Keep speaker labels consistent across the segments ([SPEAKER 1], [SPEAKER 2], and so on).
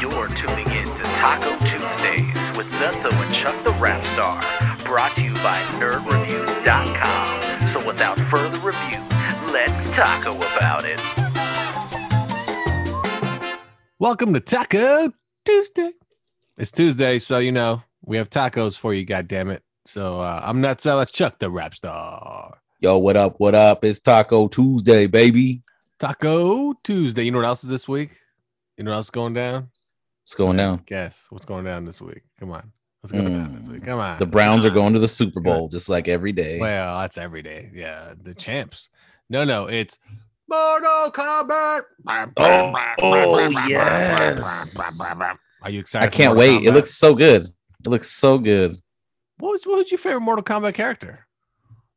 [SPEAKER 1] You're tuning in to Taco Tuesdays with Nutso and Chuck the Rap Star, brought to you by NerdReviews.com. So without further review, let's taco about it.
[SPEAKER 2] Welcome to Taco Tuesday. It's Tuesday, so you know we have tacos for you. God damn it! So uh, I'm not so. That's Chuck the Rap Star.
[SPEAKER 3] Yo, what up? What up? It's Taco Tuesday, baby.
[SPEAKER 2] Taco Tuesday. You know what else is this week? You know what else is going down?
[SPEAKER 3] What's going down?
[SPEAKER 2] Guess what's going down this week? Come on, what's going down this week? Come on.
[SPEAKER 3] Mm. The Browns are
[SPEAKER 2] Come on.
[SPEAKER 3] going to the Super Bowl just like every day.
[SPEAKER 2] Well, that's every day. Yeah, the champs. No, no, it's Mortal Kombat.
[SPEAKER 3] Oh, oh, yes.
[SPEAKER 2] Are you excited?
[SPEAKER 3] I
[SPEAKER 2] for
[SPEAKER 3] can't
[SPEAKER 2] Mortal
[SPEAKER 3] wait. It
[SPEAKER 2] Kombat?
[SPEAKER 3] looks so good. It looks so good.
[SPEAKER 2] What was what was your favorite Mortal Kombat character?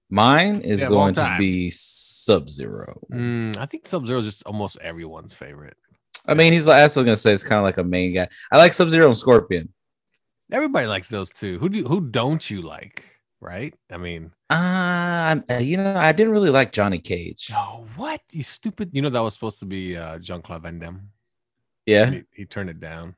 [SPEAKER 3] Mine is
[SPEAKER 2] Yeah, of all
[SPEAKER 3] going to
[SPEAKER 2] time.
[SPEAKER 3] be Sub Zero.
[SPEAKER 2] Mm, I think Sub Zero is just almost everyone's favorite.
[SPEAKER 3] I mean, he's like, that's what I'm going to say. It's kind of like a main guy. I like Sub Zero and Scorpion.
[SPEAKER 2] Everybody likes those two. Who do you, who don't you like? Right? I mean,
[SPEAKER 3] Uh, you know, I didn't really like Johnny Cage.
[SPEAKER 2] oh, what you stupid? You know that was supposed to be uh, Jean Claude Van Damme.
[SPEAKER 3] Yeah.
[SPEAKER 2] He, he turned it down.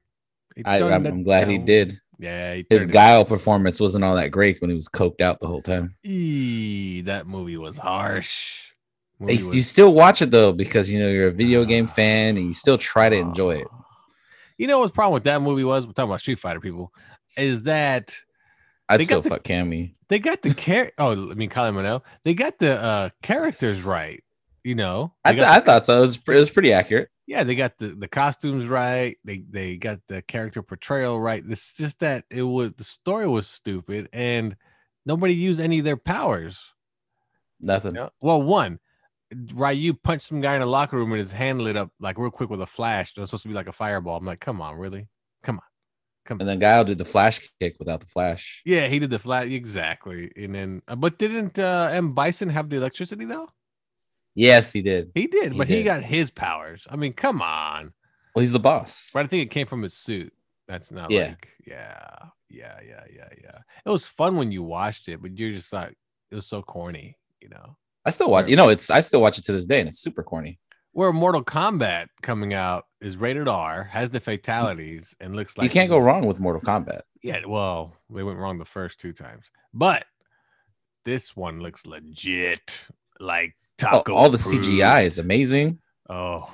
[SPEAKER 2] He
[SPEAKER 3] I,
[SPEAKER 2] turned
[SPEAKER 3] I'm,
[SPEAKER 2] it
[SPEAKER 3] I'm glad he
[SPEAKER 2] down.
[SPEAKER 3] did.
[SPEAKER 2] Yeah, he
[SPEAKER 3] His
[SPEAKER 2] turned it
[SPEAKER 3] Guile performance wasn't all that great when he was coked out the whole time.
[SPEAKER 2] Eee, that movie was harsh. Movie
[SPEAKER 3] Hey,
[SPEAKER 2] was-
[SPEAKER 3] you still watch it though because you know you're a video game fan and you still try to enjoy it.
[SPEAKER 2] Ah. You know what the problem with that movie was? We're talking about Street Fighter people. Is that
[SPEAKER 3] I'd
[SPEAKER 2] They got
[SPEAKER 3] still
[SPEAKER 2] the-
[SPEAKER 3] fuck Cammy.
[SPEAKER 2] they got the char- Oh, I mean, Kylie Minogue. They got the uh, characters right. You know,
[SPEAKER 3] I,
[SPEAKER 2] They
[SPEAKER 3] th-
[SPEAKER 2] got
[SPEAKER 3] I
[SPEAKER 2] the-
[SPEAKER 3] thought so. It was, pre- it was pretty accurate.
[SPEAKER 2] yeah, they got the, the costumes right. They they got the character portrayal right. This is just that it was the story was stupid and nobody used any of their powers.
[SPEAKER 3] Nothing.
[SPEAKER 2] you know? Well, one, Ryu punched some guy in the locker room and his hand lit up like real quick with a flash. It was supposed to be like a fireball. I'm like, come on, really?
[SPEAKER 3] And then Guile did the flash kick without the flash.
[SPEAKER 2] Yeah, he did the flat exactly. And then, uh, but didn't uh, M Bison have the electricity though?
[SPEAKER 3] Yes, he did.
[SPEAKER 2] He did,
[SPEAKER 3] He
[SPEAKER 2] but he
[SPEAKER 3] did.
[SPEAKER 2] got his powers. I mean, come on.
[SPEAKER 3] Well, he's the boss.
[SPEAKER 2] But I think it came from his suit. That's not
[SPEAKER 3] Yeah.
[SPEAKER 2] like yeah, yeah, yeah, yeah, yeah. It was fun when you watched it, but you're just like it was so corny, you know.
[SPEAKER 3] I still watch. You know, it's I still watch it to this day, and it's super corny.
[SPEAKER 2] Where Mortal Kombat coming out is rated R, has the fatalities, and looks like
[SPEAKER 3] you can't
[SPEAKER 2] this
[SPEAKER 3] go
[SPEAKER 2] is-
[SPEAKER 3] wrong with Mortal Kombat.
[SPEAKER 2] Yeah, well, they went wrong the first two times, but this one looks legit. Like
[SPEAKER 3] Oh,
[SPEAKER 2] taco,
[SPEAKER 3] all the
[SPEAKER 2] approved.
[SPEAKER 3] CGI is amazing.
[SPEAKER 2] Oh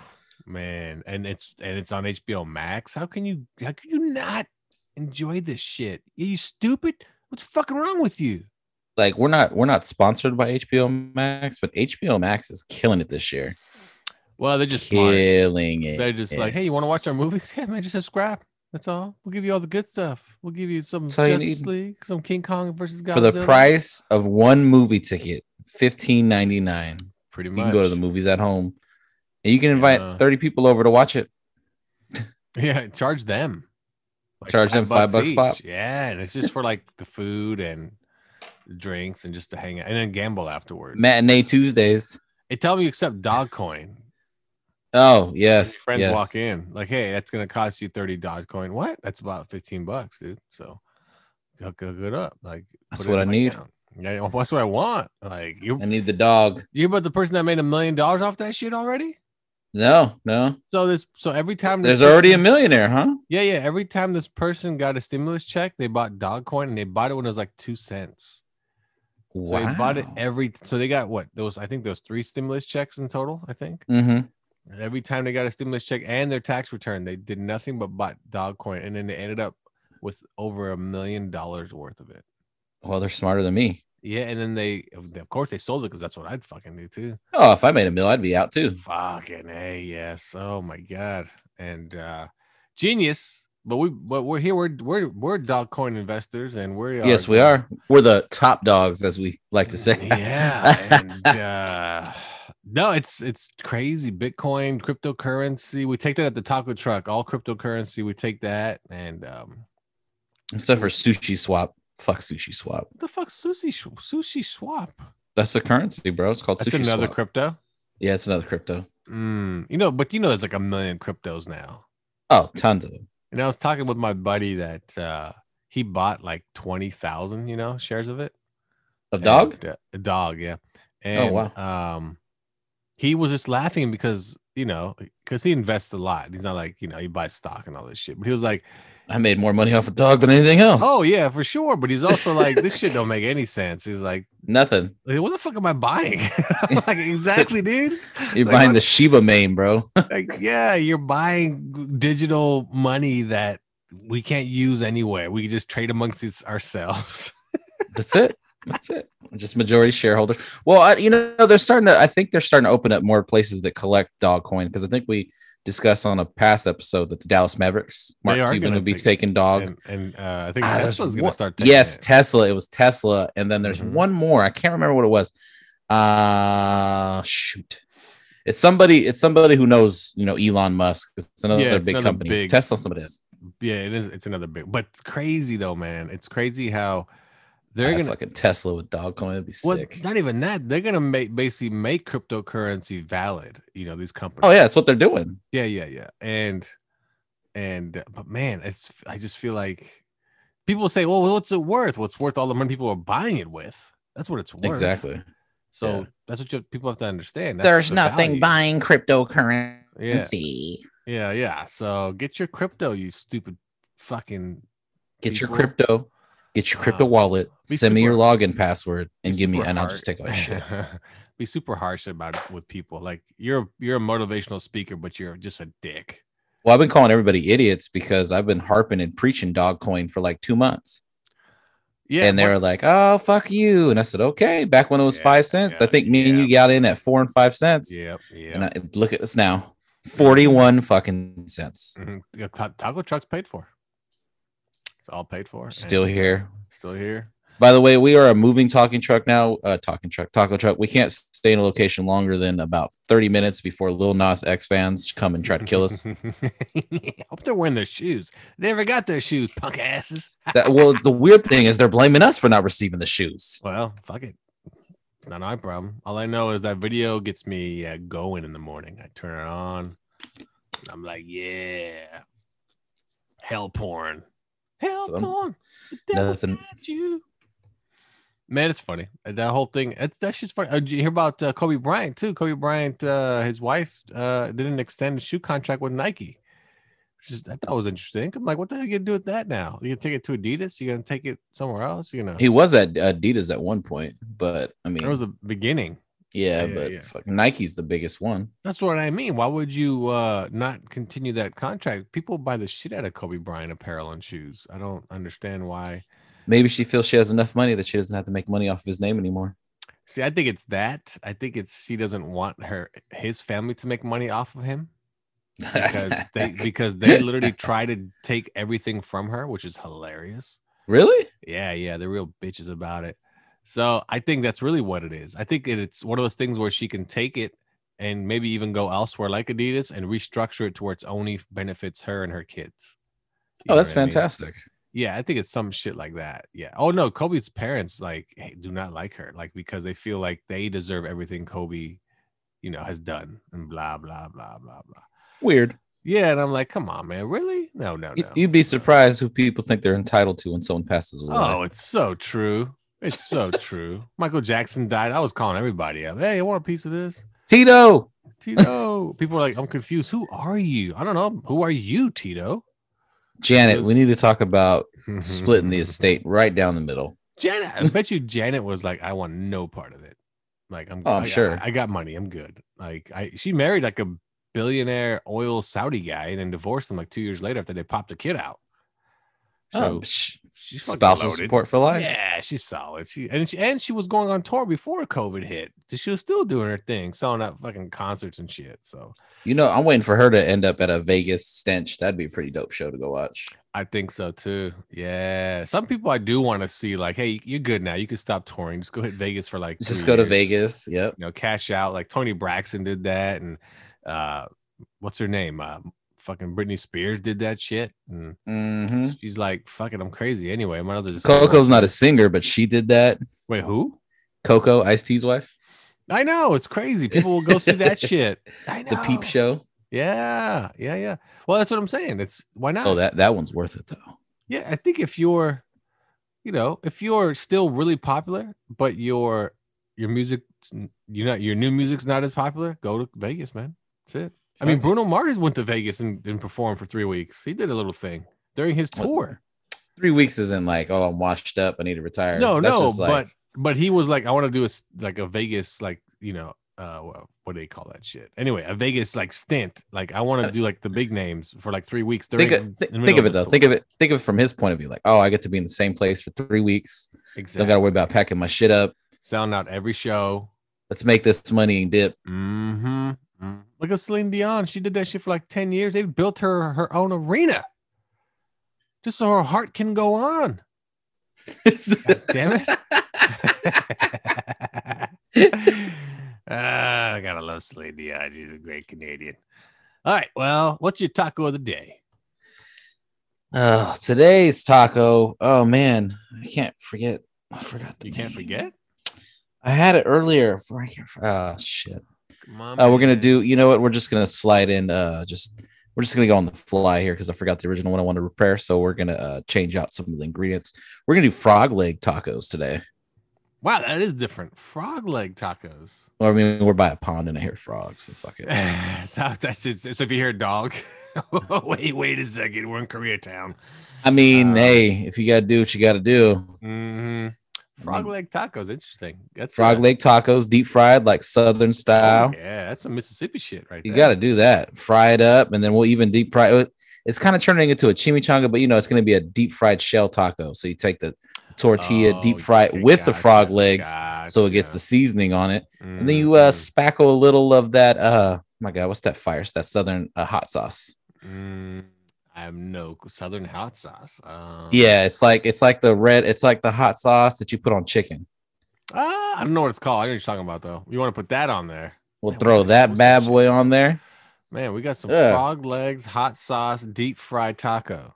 [SPEAKER 2] man, and it's and it's on HBO Max. How can you how can you not enjoy this shit? Are you stupid? What's fucking wrong with you?
[SPEAKER 3] Like we're not we're not sponsored by HBO Max, but HBO Max is killing it this year.
[SPEAKER 2] Well, they're just smart.
[SPEAKER 3] Killing it.
[SPEAKER 2] They're just like, hey, you want to watch our movies? Yeah, man, just subscribe. That's all. We'll give you all the good stuff. We'll give you some
[SPEAKER 3] That's all you
[SPEAKER 2] Justice
[SPEAKER 3] need.
[SPEAKER 2] League, some King Kong versus Godzilla.
[SPEAKER 3] for the price of one movie ticket, fifteen ninety nine.
[SPEAKER 2] pretty
[SPEAKER 3] You
[SPEAKER 2] much.
[SPEAKER 3] can go to the movies at home, and you can invite
[SPEAKER 2] Yeah.
[SPEAKER 3] thirty people over to watch it.
[SPEAKER 2] Yeah, charge them.
[SPEAKER 3] Charge them five bucks pop.
[SPEAKER 2] Yeah, and it's just for like the food and the drinks and just to hang out and then gamble afterward.
[SPEAKER 3] Matinee Tuesdays.
[SPEAKER 2] They tell me you accept Dogecoin.
[SPEAKER 3] Oh
[SPEAKER 2] Your
[SPEAKER 3] yes,
[SPEAKER 2] friends
[SPEAKER 3] yes.
[SPEAKER 2] walk in like, hey, that's gonna cost you thirty Dogecoin. What? That's about fifteen bucks, dude. So go go it up. Like
[SPEAKER 3] That's
[SPEAKER 2] put it in
[SPEAKER 3] what I
[SPEAKER 2] my
[SPEAKER 3] need.
[SPEAKER 2] account. Yeah, well, that's what I want. Like you,
[SPEAKER 3] I need the dog.
[SPEAKER 2] you about the person that made a million dollars off that shit already?
[SPEAKER 3] No, no.
[SPEAKER 2] So this, so every time this
[SPEAKER 3] There's already a
[SPEAKER 2] person-
[SPEAKER 3] millionaire, huh?
[SPEAKER 2] Yeah, yeah. Every time this person got a stimulus check, they bought Dogecoin and they bought it when it was like two cents. So they bought it every. So they got what those? I think those three stimulus checks in total. I think
[SPEAKER 3] hmm
[SPEAKER 2] And every time they got a stimulus check and their tax return, they did nothing but bought Dogecoin, and then they ended up with over a million dollars worth of it.
[SPEAKER 3] Well, they're smarter than me.
[SPEAKER 2] Yeah, and then they, of course, they sold it because that's what I'd fucking do too.
[SPEAKER 3] Oh, if I made a mill, I'd be out too.
[SPEAKER 2] Fucking a yes. Oh my god. And uh genius. But we but we're here. We're we're we're dog coin investors, and we're
[SPEAKER 3] yes, we are. We're the top dogs, as we like to say.
[SPEAKER 2] yeah. And, uh, no, it's it's crazy. Bitcoin, cryptocurrency. We take that at the taco truck. All cryptocurrency. We take that. And um,
[SPEAKER 3] Except for sushi swap. Fuck sushi swap.
[SPEAKER 2] what the fuck, sushi Sh- sushi swap.
[SPEAKER 3] That's the currency, bro. It's called
[SPEAKER 2] That's
[SPEAKER 3] sushi
[SPEAKER 2] another
[SPEAKER 3] swap.
[SPEAKER 2] crypto.
[SPEAKER 3] yeah, it's another crypto.
[SPEAKER 2] Mm, you know, but you know, there's like a million cryptos now.
[SPEAKER 3] Oh, tons of them.
[SPEAKER 2] And I was talking with my buddy that uh, he bought like twenty thousand, you know, shares of it.
[SPEAKER 3] A dog? Oh,
[SPEAKER 2] And, uh, a dog, yeah. And,
[SPEAKER 3] wow.
[SPEAKER 2] Um, he was just laughing because you know, because he invests a lot. He's not like, you know, he buys stock and all this shit. But he was like,
[SPEAKER 3] I made more money off a dog than anything else.
[SPEAKER 2] oh, yeah, for sure. But he's also like, this shit don't make any sense. He's like,
[SPEAKER 3] Nothing.
[SPEAKER 2] "Hey, what the fuck am I buying? I'm like, exactly, dude.
[SPEAKER 3] You're
[SPEAKER 2] Like,
[SPEAKER 3] buying the Shiba main, bro.
[SPEAKER 2] Like, yeah, you're buying g- digital money that we can't use anywhere. We can just trade amongst it's ourselves.
[SPEAKER 3] That's it. That's it. Just majority shareholder. Well, I, you know, they're starting to. I think they're starting to open up more places that collect dog coin because I think we discussed on a past episode that the Dallas Mavericks, Mark
[SPEAKER 2] They are
[SPEAKER 3] Cuban,
[SPEAKER 2] gonna
[SPEAKER 3] will be
[SPEAKER 2] take-
[SPEAKER 3] taking dog.
[SPEAKER 2] and and uh, I think
[SPEAKER 3] Ah, there's
[SPEAKER 2] Tesla's gonna
[SPEAKER 3] one-
[SPEAKER 2] start. Taking
[SPEAKER 3] Yes,
[SPEAKER 2] it.
[SPEAKER 3] Tesla. It was Tesla, and then there's
[SPEAKER 2] Mhm.
[SPEAKER 3] one more. I can't remember what it was. Uh shoot. It's somebody. It's somebody who knows. You know, Elon Musk. It's another
[SPEAKER 2] Yeah, it's
[SPEAKER 3] big
[SPEAKER 2] another
[SPEAKER 3] company.
[SPEAKER 2] big-
[SPEAKER 3] It's Tesla. Somebody is.
[SPEAKER 2] yeah, it is. It's another big, but crazy though, man. It's crazy how
[SPEAKER 3] They're
[SPEAKER 2] they're gonna.
[SPEAKER 3] fucking Tesla with dog coin. It'd be
[SPEAKER 2] Well,
[SPEAKER 3] sick.
[SPEAKER 2] not even that. They're gonna make basically make cryptocurrency valid. You know these companies.
[SPEAKER 3] oh yeah, that's what they're doing.
[SPEAKER 2] Yeah, yeah, yeah. And and uh, but man, it's I just feel like people say, "Well, what's it worth? What's worth all the money people are buying it with?" That's what it's worth.
[SPEAKER 3] Exactly.
[SPEAKER 2] So
[SPEAKER 3] yeah.
[SPEAKER 2] that's what you, people have to understand. That's
[SPEAKER 4] There's
[SPEAKER 2] the
[SPEAKER 4] nothing
[SPEAKER 2] value.
[SPEAKER 4] buying cryptocurrency.
[SPEAKER 2] Yeah, yeah, yeah. So get your crypto, you stupid fucking.
[SPEAKER 3] Get your
[SPEAKER 2] people.
[SPEAKER 3] crypto. Get your crypto
[SPEAKER 2] Um,
[SPEAKER 3] wallet.
[SPEAKER 2] be
[SPEAKER 3] Send me your
[SPEAKER 2] super-
[SPEAKER 3] login password and
[SPEAKER 2] be
[SPEAKER 3] give me,
[SPEAKER 2] super
[SPEAKER 3] and I'll
[SPEAKER 2] hard-
[SPEAKER 3] just take all your shit.
[SPEAKER 2] be super harsh about it with people. Like you're you're a motivational speaker, but you're just a dick.
[SPEAKER 3] Well, I've been calling everybody idiots because I've been harping and preaching dog coin for like two months.
[SPEAKER 2] Yeah,
[SPEAKER 3] and they
[SPEAKER 2] what-
[SPEAKER 3] were like, "Oh, fuck you," and I said, "Okay." Back when it was
[SPEAKER 2] Yeah,
[SPEAKER 3] five cents, I
[SPEAKER 2] yeah,
[SPEAKER 3] think me and
[SPEAKER 2] yeah.
[SPEAKER 3] you got in at four and five cents.
[SPEAKER 2] Yep, yep.
[SPEAKER 3] And I, look at us now, forty-one fucking cents.
[SPEAKER 2] Mhm. Yeah, ta- taco truck's paid for. It's all paid for. and
[SPEAKER 3] Still here.
[SPEAKER 2] Still here.
[SPEAKER 3] By the way, we are a moving talking truck now. Uh, talking truck, taco truck. We can't stay in a location longer than about thirty minutes before Lil Nas X fans come and try to kill us.
[SPEAKER 2] Hope they're wearing their shoes. They never got their shoes, punk asses.
[SPEAKER 3] that, well, the weird thing is they're blaming us for not receiving the shoes.
[SPEAKER 2] Well, fuck it. It's not my problem. All I know is that video gets me uh, going in the morning. I turn it on. I'm like, yeah, hell porn, hell
[SPEAKER 3] So I'm-
[SPEAKER 2] porn. The devil's
[SPEAKER 3] nothing-
[SPEAKER 2] got you. Man, it's funny. Uh, That whole thing. It's, that shit's funny. Uh, did you hear about uh, Kobe Bryant too? Kobe Bryant, uh, his wife uh, didn't extend the shoe contract with Nike. Which is, I thought was interesting. I'm like, what the hell you gonna do with that now? You gonna take it to Adidas? You gonna take it somewhere else? You know,
[SPEAKER 3] He was at Adidas at one point, but I mean,
[SPEAKER 2] it was a beginning.
[SPEAKER 3] yeah,
[SPEAKER 2] yeah,
[SPEAKER 3] but
[SPEAKER 2] yeah.
[SPEAKER 3] fuck, Nike's the biggest one.
[SPEAKER 2] That's what I mean. Why would you uh, not continue that contract? People buy the shit out of Kobe Bryant apparel and shoes. I don't understand why.
[SPEAKER 3] Maybe she feels she has enough money that she doesn't have to make money off of his name anymore.
[SPEAKER 2] See, I think it's that. I think it's she doesn't want her his family to make money off of him because they because they literally try to take everything from her, which is hilarious.
[SPEAKER 3] really?
[SPEAKER 2] Yeah, yeah, they're real bitches about it. So I think that's really what it is. I think it, it's one of those things where she can take it and maybe even go elsewhere like Adidas and restructure it to where it's only benefits her and her kids. You
[SPEAKER 3] Oh,
[SPEAKER 2] know
[SPEAKER 3] that's
[SPEAKER 2] what I mean?
[SPEAKER 3] fantastic.
[SPEAKER 2] Yeah, I think it's some shit like that. Yeah. Oh no, Kobe's parents like hey, do not like her, like because they feel like they deserve everything Kobe, you know, has done and blah blah blah blah blah.
[SPEAKER 3] Weird.
[SPEAKER 2] Yeah, and I'm like, come on, man, really? No, no,
[SPEAKER 3] You-
[SPEAKER 2] no.
[SPEAKER 3] You'd be surprised who people think they're entitled to when someone passes away.
[SPEAKER 2] Oh, it's so true. It's so true. Michael Jackson died. I was calling everybody up. Hey, I want a piece of this.
[SPEAKER 3] Tito.
[SPEAKER 2] Tito. People are like, I'm confused. Who are you? I don't know. Who are you, Tito?
[SPEAKER 3] Janet, we
[SPEAKER 2] Just-
[SPEAKER 3] need to talk about
[SPEAKER 2] Mm-hmm.
[SPEAKER 3] splitting the estate right down the middle.
[SPEAKER 2] Janet. I bet you Janet was like, I want no part of it. Like, I'm,
[SPEAKER 3] Oh, I'm
[SPEAKER 2] I-
[SPEAKER 3] sure.
[SPEAKER 2] I, I got money. I'm good. Like, I she married like a billionaire oil Saudi guy and then divorced him like two years later after they popped a kid out. So
[SPEAKER 3] Oh, psh,
[SPEAKER 2] she's fucking
[SPEAKER 3] spousal
[SPEAKER 2] loaded.
[SPEAKER 3] support for life.
[SPEAKER 2] Yeah, she's solid. She and she and she was going on tour before COVID hit. She was still doing her thing, selling out fucking concerts and shit. So
[SPEAKER 3] You know, I'm waiting for her to end up at a Vegas stench. That'd be a pretty dope show to go watch.
[SPEAKER 2] I think so too. Yeah, some people I do want to see. Like, hey, you're good now. You can stop touring. Just go hit Vegas for like.
[SPEAKER 3] Just
[SPEAKER 2] three
[SPEAKER 3] go to
[SPEAKER 2] years.
[SPEAKER 3] Vegas. Yep.
[SPEAKER 2] You know, cash out. Like Tony Braxton did that, and uh, what's her name? Uh, fucking Britney Spears did that shit, and
[SPEAKER 3] hmm
[SPEAKER 2] she's like, "Fuck it, I'm crazy anyway." My other just
[SPEAKER 3] Coco's not a singer, but she did that.
[SPEAKER 2] Wait, who?
[SPEAKER 3] Coco, Ice T's wife,
[SPEAKER 2] I know it's crazy. People will go see that shit. I know
[SPEAKER 3] the Peep Show.
[SPEAKER 2] Yeah, yeah, yeah. Well, that's what I'm saying. It's why not?
[SPEAKER 3] Oh, that that one's worth it though.
[SPEAKER 2] yeah, I think if you're, you know, if you're still really popular, but your your music, you know, your new music's not as popular, go to Vegas, man. That's it. I mean, Bruno Mars went to Vegas and, and performed for three weeks. He did a little thing during his
[SPEAKER 3] What-
[SPEAKER 2] tour.
[SPEAKER 3] Three weeks isn't like, oh, I'm washed up. I need to retire.
[SPEAKER 2] No,
[SPEAKER 3] That's
[SPEAKER 2] no,
[SPEAKER 3] just like,
[SPEAKER 2] but but he was like, I want to do a s- like a Vegas like you know uh wha- what do they call that shit? Anyway, a Vegas like stint. Like I want to
[SPEAKER 3] Uh,
[SPEAKER 2] do like the big names for like three weeks during.
[SPEAKER 3] think of,
[SPEAKER 2] the
[SPEAKER 3] th-
[SPEAKER 2] middle
[SPEAKER 3] think of it
[SPEAKER 2] his
[SPEAKER 3] though.
[SPEAKER 2] tour.
[SPEAKER 3] Think of it. Think of it from his point of view. Like, oh, I get to be in the same place for three weeks. Don't got
[SPEAKER 2] exactly.
[SPEAKER 3] to worry about packing my shit up.
[SPEAKER 2] Sound out every show.
[SPEAKER 3] Let's make this money and dip.
[SPEAKER 2] Mm-hmm. Look at Celine Dion. She did that shit for like 10 years. They built her her own arena just so her heart can go on. God damn it. Ah, I gotta love Celine Dion. She's a great Canadian. All right. Well, what's your taco of the day?
[SPEAKER 3] Oh, today's taco. Oh man, I can't forget. I forgot. The
[SPEAKER 2] You can't
[SPEAKER 3] name.
[SPEAKER 2] forget.
[SPEAKER 3] I had it earlier. I can't for- Oh shit.
[SPEAKER 2] Mom
[SPEAKER 3] Uh, we're gonna
[SPEAKER 2] and-
[SPEAKER 3] do. You know what? We're just gonna slide in. Uh, just we're just gonna go on the fly here because I forgot the original one I wanted to prepare. So we're gonna uh, change out some of the ingredients. We're gonna do frog leg tacos today.
[SPEAKER 2] Wow, that is different. Frog leg tacos.
[SPEAKER 3] Well, I mean, we're by a pond and I hear frogs. So fuck it.
[SPEAKER 2] so that's it. So if you hear a dog, wait, wait a second. We're in Koreatown.
[SPEAKER 3] I mean,
[SPEAKER 2] Uh,
[SPEAKER 3] hey, if you gotta do what you gotta do.
[SPEAKER 2] hmm
[SPEAKER 3] I
[SPEAKER 2] Frog
[SPEAKER 3] mean,
[SPEAKER 2] leg tacos. Interesting. That's
[SPEAKER 3] frog
[SPEAKER 2] a-
[SPEAKER 3] leg tacos, deep fried like Southern
[SPEAKER 2] oh,
[SPEAKER 3] style.
[SPEAKER 2] yeah, that's some Mississippi shit right
[SPEAKER 3] You
[SPEAKER 2] there.
[SPEAKER 3] got to do that. Fry it up, and then we'll even deep fry it. It's kind of turning into a chimichanga, but you know it's going to be a deep fried shell taco. So you take the tortilla,
[SPEAKER 2] Oh,
[SPEAKER 3] deep fry it
[SPEAKER 2] okay,
[SPEAKER 3] with the frog
[SPEAKER 2] gotcha,
[SPEAKER 3] legs, so it gets the
[SPEAKER 2] gotcha.
[SPEAKER 3] seasoning on it, and then you uh,
[SPEAKER 2] Mhm,
[SPEAKER 3] spackle a little of that. Uh, oh my God, what's that fire? That southern uh, hot sauce.
[SPEAKER 2] mhm. I have no southern hot sauce. Um,
[SPEAKER 3] Yeah, it's like it's like the red. It's like the hot sauce that you put on chicken.
[SPEAKER 2] ah, I don't know what it's called. I know what you're talking about though. You want to put that on there,
[SPEAKER 3] We'll
[SPEAKER 2] Man,
[SPEAKER 3] throw
[SPEAKER 2] what the-
[SPEAKER 3] that
[SPEAKER 2] what's
[SPEAKER 3] bad
[SPEAKER 2] that
[SPEAKER 3] boy on there.
[SPEAKER 2] man. We got some
[SPEAKER 3] Yeah.
[SPEAKER 2] frog legs, hot sauce, deep fried taco.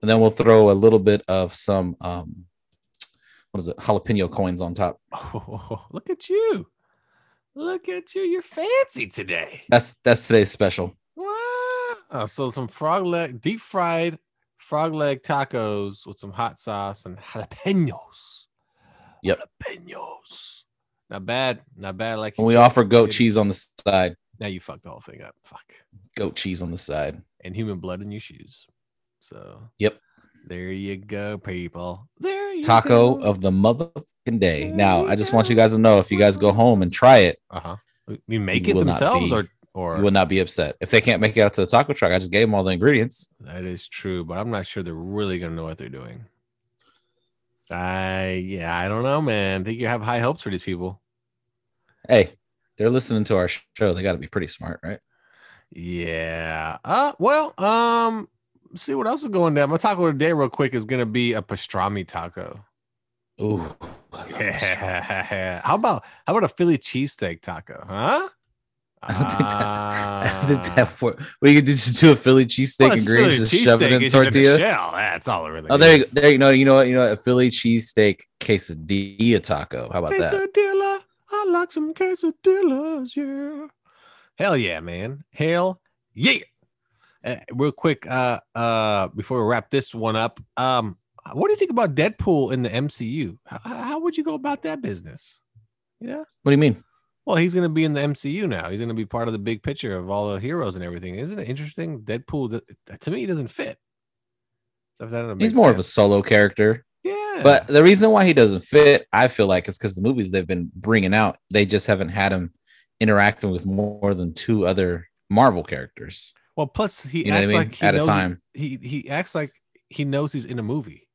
[SPEAKER 3] and then we'll throw a little bit of some um what is it jalapeno coins on top
[SPEAKER 2] Oh, look at you! Look at you! You're fancy today.
[SPEAKER 3] that's that's today's special
[SPEAKER 2] Wow. Uh, So some frog leg, deep fried frog leg tacos with some hot sauce and jalapenos.
[SPEAKER 3] Yep.
[SPEAKER 2] Jalapenos. Not bad. Not bad. Like
[SPEAKER 3] and
[SPEAKER 2] you
[SPEAKER 3] we
[SPEAKER 2] said,
[SPEAKER 3] offer goat
[SPEAKER 2] Steve.
[SPEAKER 3] cheese on the side
[SPEAKER 2] Now you fucked the whole thing up. Fuck.
[SPEAKER 3] goat cheese on the side
[SPEAKER 2] And human blood in your shoes. So.
[SPEAKER 3] Yep.
[SPEAKER 2] There you go, people. There you
[SPEAKER 3] taco
[SPEAKER 2] go.
[SPEAKER 3] of the motherfucking day
[SPEAKER 2] There
[SPEAKER 3] now
[SPEAKER 2] you
[SPEAKER 3] i just want you
[SPEAKER 2] go.
[SPEAKER 3] guys to know if you guys go home and try it
[SPEAKER 2] Uh huh. You make
[SPEAKER 3] You
[SPEAKER 2] it
[SPEAKER 3] will not
[SPEAKER 2] themselves,
[SPEAKER 3] be-
[SPEAKER 2] or or
[SPEAKER 3] you will not be upset if they can't make it out to the taco truck i just gave them all the ingredients
[SPEAKER 2] That is true, but I'm not sure they're really gonna know what they're doing. I yeah, I don't know, man. I think you have high hopes for these people.
[SPEAKER 3] hey they're listening to our show they got to be pretty smart right
[SPEAKER 2] Yeah. Uh well, um, see what else is going down. My taco today, real quick, is gonna be a pastrami taco.
[SPEAKER 3] Ooh, I love pastrami.
[SPEAKER 2] how about how about a Philly cheesesteak taco, huh?
[SPEAKER 3] I don't think that- I did
[SPEAKER 2] Ah.
[SPEAKER 3] that work. We could just do a Philly cheesesteak
[SPEAKER 2] Well, it's
[SPEAKER 3] and greens,
[SPEAKER 2] Philly
[SPEAKER 3] just shove it
[SPEAKER 2] cheesesteak,
[SPEAKER 3] in
[SPEAKER 2] it's just
[SPEAKER 3] tortilla.
[SPEAKER 2] a shell. That's all it really
[SPEAKER 3] Oh, there you,
[SPEAKER 2] is.
[SPEAKER 3] there you know, you know what, you know, what, a Philly cheesesteak quesadilla taco. How about that?
[SPEAKER 2] Quesadilla. I like some quesadillas, yeah. Hell yeah, man. Hell yeah. Uh, real quick, uh, uh, before we wrap this one up, um, what do you think about Deadpool in the MCU? How, how would you go about that business? Yeah.
[SPEAKER 3] What do you mean?
[SPEAKER 2] Well, he's going to be in the MCU now. He's going to be part of the big picture of all the heroes and everything. Isn't it interesting? Deadpool, th- to me, he doesn't fit. So if that doesn't
[SPEAKER 3] He's
[SPEAKER 2] make
[SPEAKER 3] more of a
[SPEAKER 2] sense-
[SPEAKER 3] solo character,
[SPEAKER 2] yeah.
[SPEAKER 3] but the reason why he doesn't fit, I feel like, is because the movies they've been bringing out, they just haven't had him interacting with more than two other Marvel characters.
[SPEAKER 2] well, plus he
[SPEAKER 3] You know what I
[SPEAKER 2] acts
[SPEAKER 3] mean?
[SPEAKER 2] like he
[SPEAKER 3] At a
[SPEAKER 2] knows he-
[SPEAKER 3] time,
[SPEAKER 2] he he acts like he knows he's in a movie.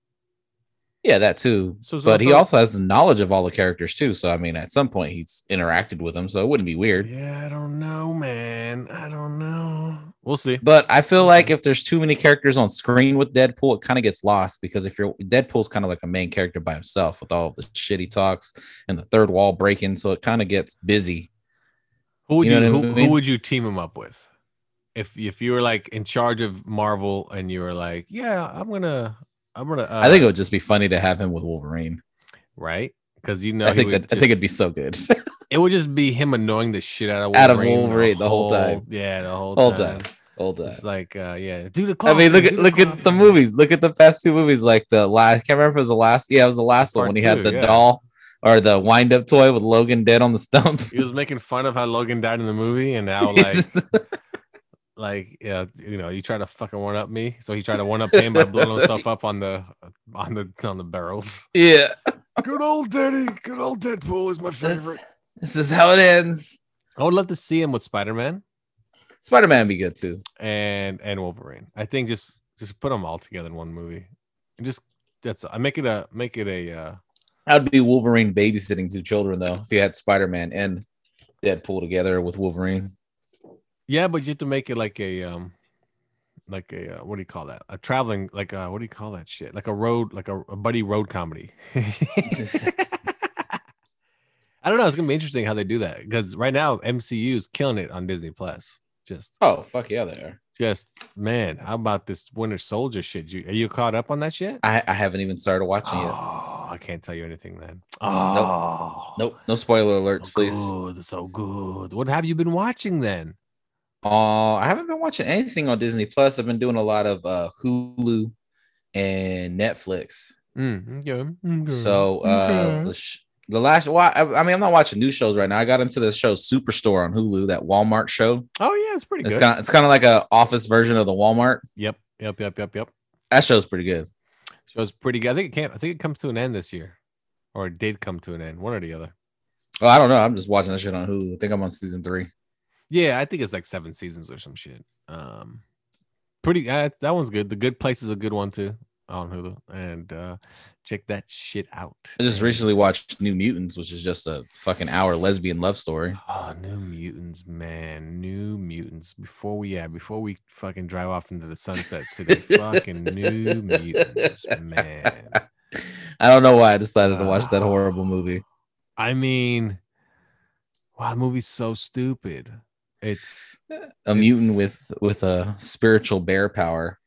[SPEAKER 3] yeah, that too.
[SPEAKER 2] So, so
[SPEAKER 3] But
[SPEAKER 2] I
[SPEAKER 3] he
[SPEAKER 2] thought-
[SPEAKER 3] also has the knowledge of all the characters too. So I mean, at some point, he's interacted with them, so it wouldn't be weird.
[SPEAKER 2] Yeah, I don't know, man. I don't know. We'll see.
[SPEAKER 3] But I feel like if there's too many characters on screen with Deadpool, it kind of gets lost because if you're Deadpool's kind of like a main character by himself with all the shit he talks and the third wall breaking, so it kind of gets busy.
[SPEAKER 2] Who would
[SPEAKER 3] You
[SPEAKER 2] you,
[SPEAKER 3] know what I
[SPEAKER 2] who, who
[SPEAKER 3] mean?
[SPEAKER 2] would you team him up with? If if you were like in charge of Marvel and you were like, yeah, I'm gonna, I'm gonna. Uh,
[SPEAKER 3] I think it would just be funny to have him with Wolverine.
[SPEAKER 2] right because you know
[SPEAKER 3] I
[SPEAKER 2] he
[SPEAKER 3] think
[SPEAKER 2] would
[SPEAKER 3] that I
[SPEAKER 2] just-
[SPEAKER 3] think it'd be so good.
[SPEAKER 2] it would just be him annoying the shit out of Wolverine
[SPEAKER 3] Out of Wolverine the whole time.
[SPEAKER 2] Yeah, the whole,
[SPEAKER 3] All
[SPEAKER 2] time.
[SPEAKER 3] time, all time.
[SPEAKER 2] It's like, uh, yeah, do the.
[SPEAKER 3] I
[SPEAKER 2] clothing,
[SPEAKER 3] mean, look
[SPEAKER 2] do
[SPEAKER 3] at look at the
[SPEAKER 2] clothing.
[SPEAKER 3] movies. Look at the past two movies, like the last. I can't remember if it was the last. Yeah, it was the last one
[SPEAKER 2] Part
[SPEAKER 3] when he
[SPEAKER 2] two,
[SPEAKER 3] had the
[SPEAKER 2] yeah.
[SPEAKER 3] doll or the wind up toy with Logan dead on the stump.
[SPEAKER 2] He was making fun of how Logan died in the movie, and now like like yeah, you know, you try to fucking one up me. So he tried to one up him by blowing himself up on the on the on the barrels.
[SPEAKER 3] Yeah.
[SPEAKER 2] Good old Daddy, good old Deadpool is my
[SPEAKER 3] This, this is how it ends.
[SPEAKER 2] I would love to see him with Spider Man
[SPEAKER 3] Spider Man be good too.
[SPEAKER 2] and and Wolverine. I think just just put them all together in one movie and just that's I make it a make it a uh
[SPEAKER 3] I'd be Wolverine babysitting two children though. If you had Spider Man and Deadpool together with Wolverine,
[SPEAKER 2] yeah, but you have to make it like a um like a uh, what do you call that? A traveling like uh what do you call that shit? Like a road like a, a buddy road comedy. I don't know. It's gonna be interesting how they do that because right now MCU is killing it on Disney Plus. Just,
[SPEAKER 3] oh fuck yeah, they are.
[SPEAKER 2] just man, how about this Winter Soldier shit? You, are you caught up on that shit?
[SPEAKER 3] I, I haven't even started watching it.
[SPEAKER 2] Oh, I can't tell you anything then. Oh,
[SPEAKER 3] Nope, no spoiler
[SPEAKER 2] So
[SPEAKER 3] alerts, please.
[SPEAKER 2] good, it's so good. What have you been watching then?
[SPEAKER 3] Uh, I haven't been watching anything on Disney Plus. I've been doing a lot of uh, Hulu and Netflix.
[SPEAKER 2] Mm, okay, okay,
[SPEAKER 3] So uh,
[SPEAKER 2] okay.
[SPEAKER 3] the, sh- the last, well, I, I mean, I'm not watching new shows right now. I got into the show Superstore on Hulu, that Walmart show.
[SPEAKER 2] oh yeah, it's pretty
[SPEAKER 3] It's
[SPEAKER 2] good.
[SPEAKER 3] kind, of, it's kind of like a office version of the Walmart.
[SPEAKER 2] yep, yep, yep, yep, yep.
[SPEAKER 3] That show's pretty good.
[SPEAKER 2] Show's pretty good. I think it can't. I think it comes to an end this year, or it did come to an end. One or the other.
[SPEAKER 3] Oh, I don't know. I'm just watching that shit on Hulu. I think I'm on season three.
[SPEAKER 2] Yeah, I think it's like seven seasons or some shit. Um, pretty. Uh, that one's good. The Good Place is a good one too on Hulu, and uh check that shit out.
[SPEAKER 3] I just recently watched New Mutants, which is just a fucking hour lesbian love story.
[SPEAKER 2] Oh, New Mutants, man, New Mutants. Before we yeah, before we fucking drive off into the sunset today, fucking New Mutants, man.
[SPEAKER 3] I don't know why I decided to watch that horrible movie.
[SPEAKER 2] I mean, wow, the movie's so stupid. It's
[SPEAKER 3] a mutant with with a spiritual bear power.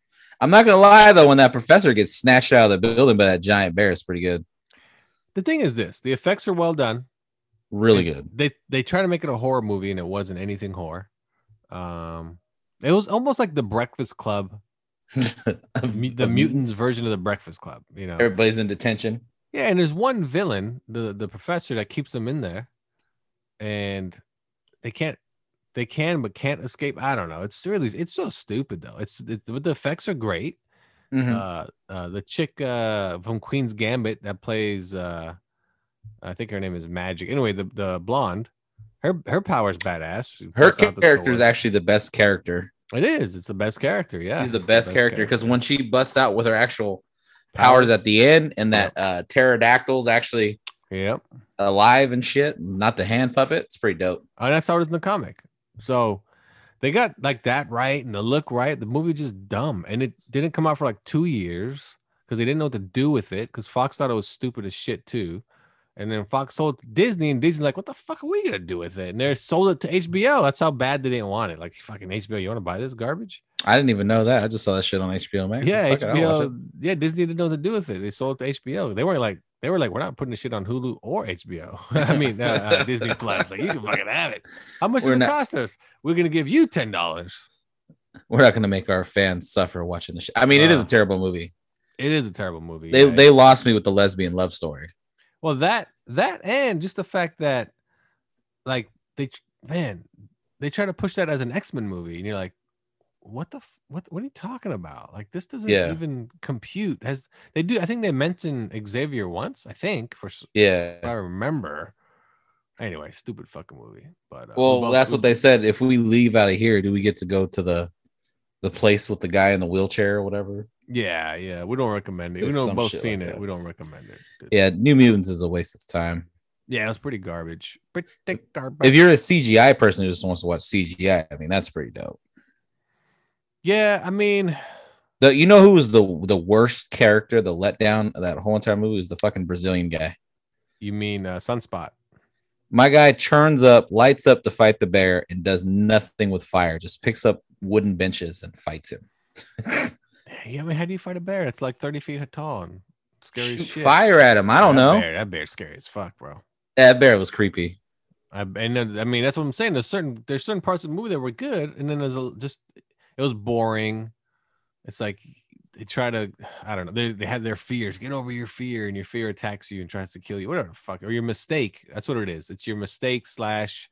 [SPEAKER 3] I'm not gonna lie though, when that professor gets snatched out of the building by that giant bear, it's pretty good,
[SPEAKER 2] the thing is this: the effects are well done.
[SPEAKER 3] really
[SPEAKER 2] They-
[SPEAKER 3] good.
[SPEAKER 2] They they try to make it a horror movie, and it wasn't anything horror. Um, it was almost like the Breakfast Club, mu- the mutants version of the Breakfast Club. You know,
[SPEAKER 3] Everybody's in detention.
[SPEAKER 2] Yeah, and there's one villain, the the professor that keeps them in there, and they can't, they can but can't escape. I don't know. It's really, it's so stupid though. It's, it's but the effects are great.
[SPEAKER 3] Mhm.
[SPEAKER 2] Uh, uh, the chick uh from Queen's Gambit that plays, uh, I think her name is Magic. Anyway, the the blonde, her her power's badass. She
[SPEAKER 3] Her
[SPEAKER 2] busts out the
[SPEAKER 3] character is
[SPEAKER 2] sword.
[SPEAKER 3] actually the best character.
[SPEAKER 2] it is. It's the best character. Yeah,
[SPEAKER 3] She's the
[SPEAKER 2] it's
[SPEAKER 3] best character because when she busts out with her actual powers at the end, and that uh, pterodactyl's actually
[SPEAKER 2] Yep.
[SPEAKER 3] alive and shit, not the hand puppet. It's pretty dope.
[SPEAKER 2] Oh, that's how it is in the comic. So they got like that right and the look right. The movie just dumb, and it didn't come out for like two years because they didn't know what to do with it. Because Fox thought it was stupid as shit too, and then Fox sold it to Disney, and Disney's like, "What the fuck are we gonna do with it?" And they sold it to HBO. That's how bad they didn't want it. Like fucking HBO, you want to buy this garbage?
[SPEAKER 3] I didn't even know that. I just saw that shit on HBO Max.
[SPEAKER 2] yeah,
[SPEAKER 3] Fuck it, I'll watch it.
[SPEAKER 2] HBO. Yeah, Disney didn't know what to do with it. They sold it to HBO. They weren't like. They were like, we're not putting the shit on Hulu or HBO. I mean, uh, uh, Disney Plus. Like, you can fucking have it. How much
[SPEAKER 3] We're
[SPEAKER 2] did it
[SPEAKER 3] not-
[SPEAKER 2] cost us? We're gonna give you ten dollars.
[SPEAKER 3] we're not going to make our fans suffer watching this. Shit. I mean, it is a
[SPEAKER 2] Wow.
[SPEAKER 3] terrible movie.
[SPEAKER 2] It is a terrible movie.
[SPEAKER 3] They
[SPEAKER 2] yeah.
[SPEAKER 3] they lost me with the lesbian love story.
[SPEAKER 2] well that that and just the fact that like they man they try to push that as an X Men movie and you're like what the f- what what are you talking about? Like this doesn't
[SPEAKER 3] Yeah.
[SPEAKER 2] even compute. Has they do? I think they mentioned Xavier once. I think for s- if I
[SPEAKER 3] Yeah.
[SPEAKER 2] remember. Anyway, stupid fucking movie. But uh,
[SPEAKER 3] Well,
[SPEAKER 2] both-
[SPEAKER 3] that's what they said. If we leave out of here, do we get to go to the the place with the guy in the wheelchair or whatever?
[SPEAKER 2] Yeah, yeah. We don't recommend it. We
[SPEAKER 3] There's
[SPEAKER 2] don't
[SPEAKER 3] some
[SPEAKER 2] both
[SPEAKER 3] shit
[SPEAKER 2] seen
[SPEAKER 3] like
[SPEAKER 2] it.
[SPEAKER 3] that.
[SPEAKER 2] We don't recommend it.
[SPEAKER 3] Yeah, New Mutants is a waste of time.
[SPEAKER 2] Yeah, it was pretty garbage. Pretty garbage.
[SPEAKER 3] If you're a CGI person who just wants to watch CGI, I mean, that's pretty dope.
[SPEAKER 2] yeah, I mean,
[SPEAKER 3] The, you know who was the the worst character, the letdown of that whole entire movie was the fucking Brazilian guy.
[SPEAKER 2] you mean uh, Sunspot?
[SPEAKER 3] My guy churns up, lights up to fight the bear, and does nothing with fire. Just picks up wooden benches and fights him.
[SPEAKER 2] Yeah, I mean, how do you fight a bear? It's like thirty feet tall and scary
[SPEAKER 3] Shoot
[SPEAKER 2] as shit.
[SPEAKER 3] fire at him. I don't
[SPEAKER 2] That
[SPEAKER 3] know.
[SPEAKER 2] bear- that bear's scary as fuck, bro.
[SPEAKER 3] That bear was creepy.
[SPEAKER 2] I, and then, I mean, that's what I'm saying. There's certain there's certain parts of the movie that were good, and then there's a, just it was boring. It's like they try to, I don't know. They they had their fears. Get over your fear, and your fear attacks you and tries to kill you. Whatever the fuck, or your mistake. That's what it is. It's your mistake slash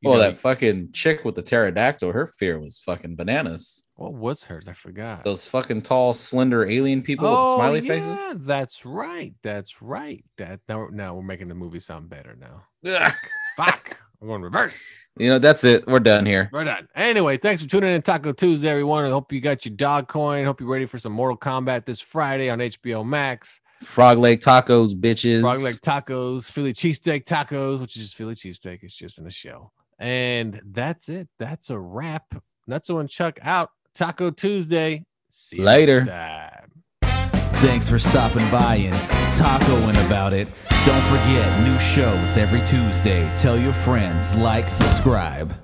[SPEAKER 2] You
[SPEAKER 3] well,
[SPEAKER 2] know,
[SPEAKER 3] Oh, that fucking chick with the pterodactyl, her fear was fucking bananas.
[SPEAKER 2] what was hers? I forgot. Oh,
[SPEAKER 3] Those fucking tall, slender alien people with smiley
[SPEAKER 2] yeah,
[SPEAKER 3] faces.
[SPEAKER 2] That's right. That's right. That now, now we're making the movie sound better now.
[SPEAKER 3] Ugh.
[SPEAKER 2] Fuck. I'm going reverse.
[SPEAKER 3] You know, that's it. We're done here.
[SPEAKER 2] Right on. Anyway, thanks for tuning in Taco Tuesday, everyone. I hope you got your dog coin. Hope you're ready for some Mortal Kombat this Friday on HBO Max.
[SPEAKER 3] Frog leg tacos, bitches.
[SPEAKER 2] Frog leg tacos, Philly cheesesteak tacos, which is just Philly cheesesteak. It's just in the shell. And that's it. That's a wrap. Nutso and Chuck out. Taco Tuesday. See you
[SPEAKER 3] Later.
[SPEAKER 2] next time.
[SPEAKER 5] Thanks for stopping by and tacoing about it. Don't forget new shows every Tuesday. Tell your friends, like, subscribe.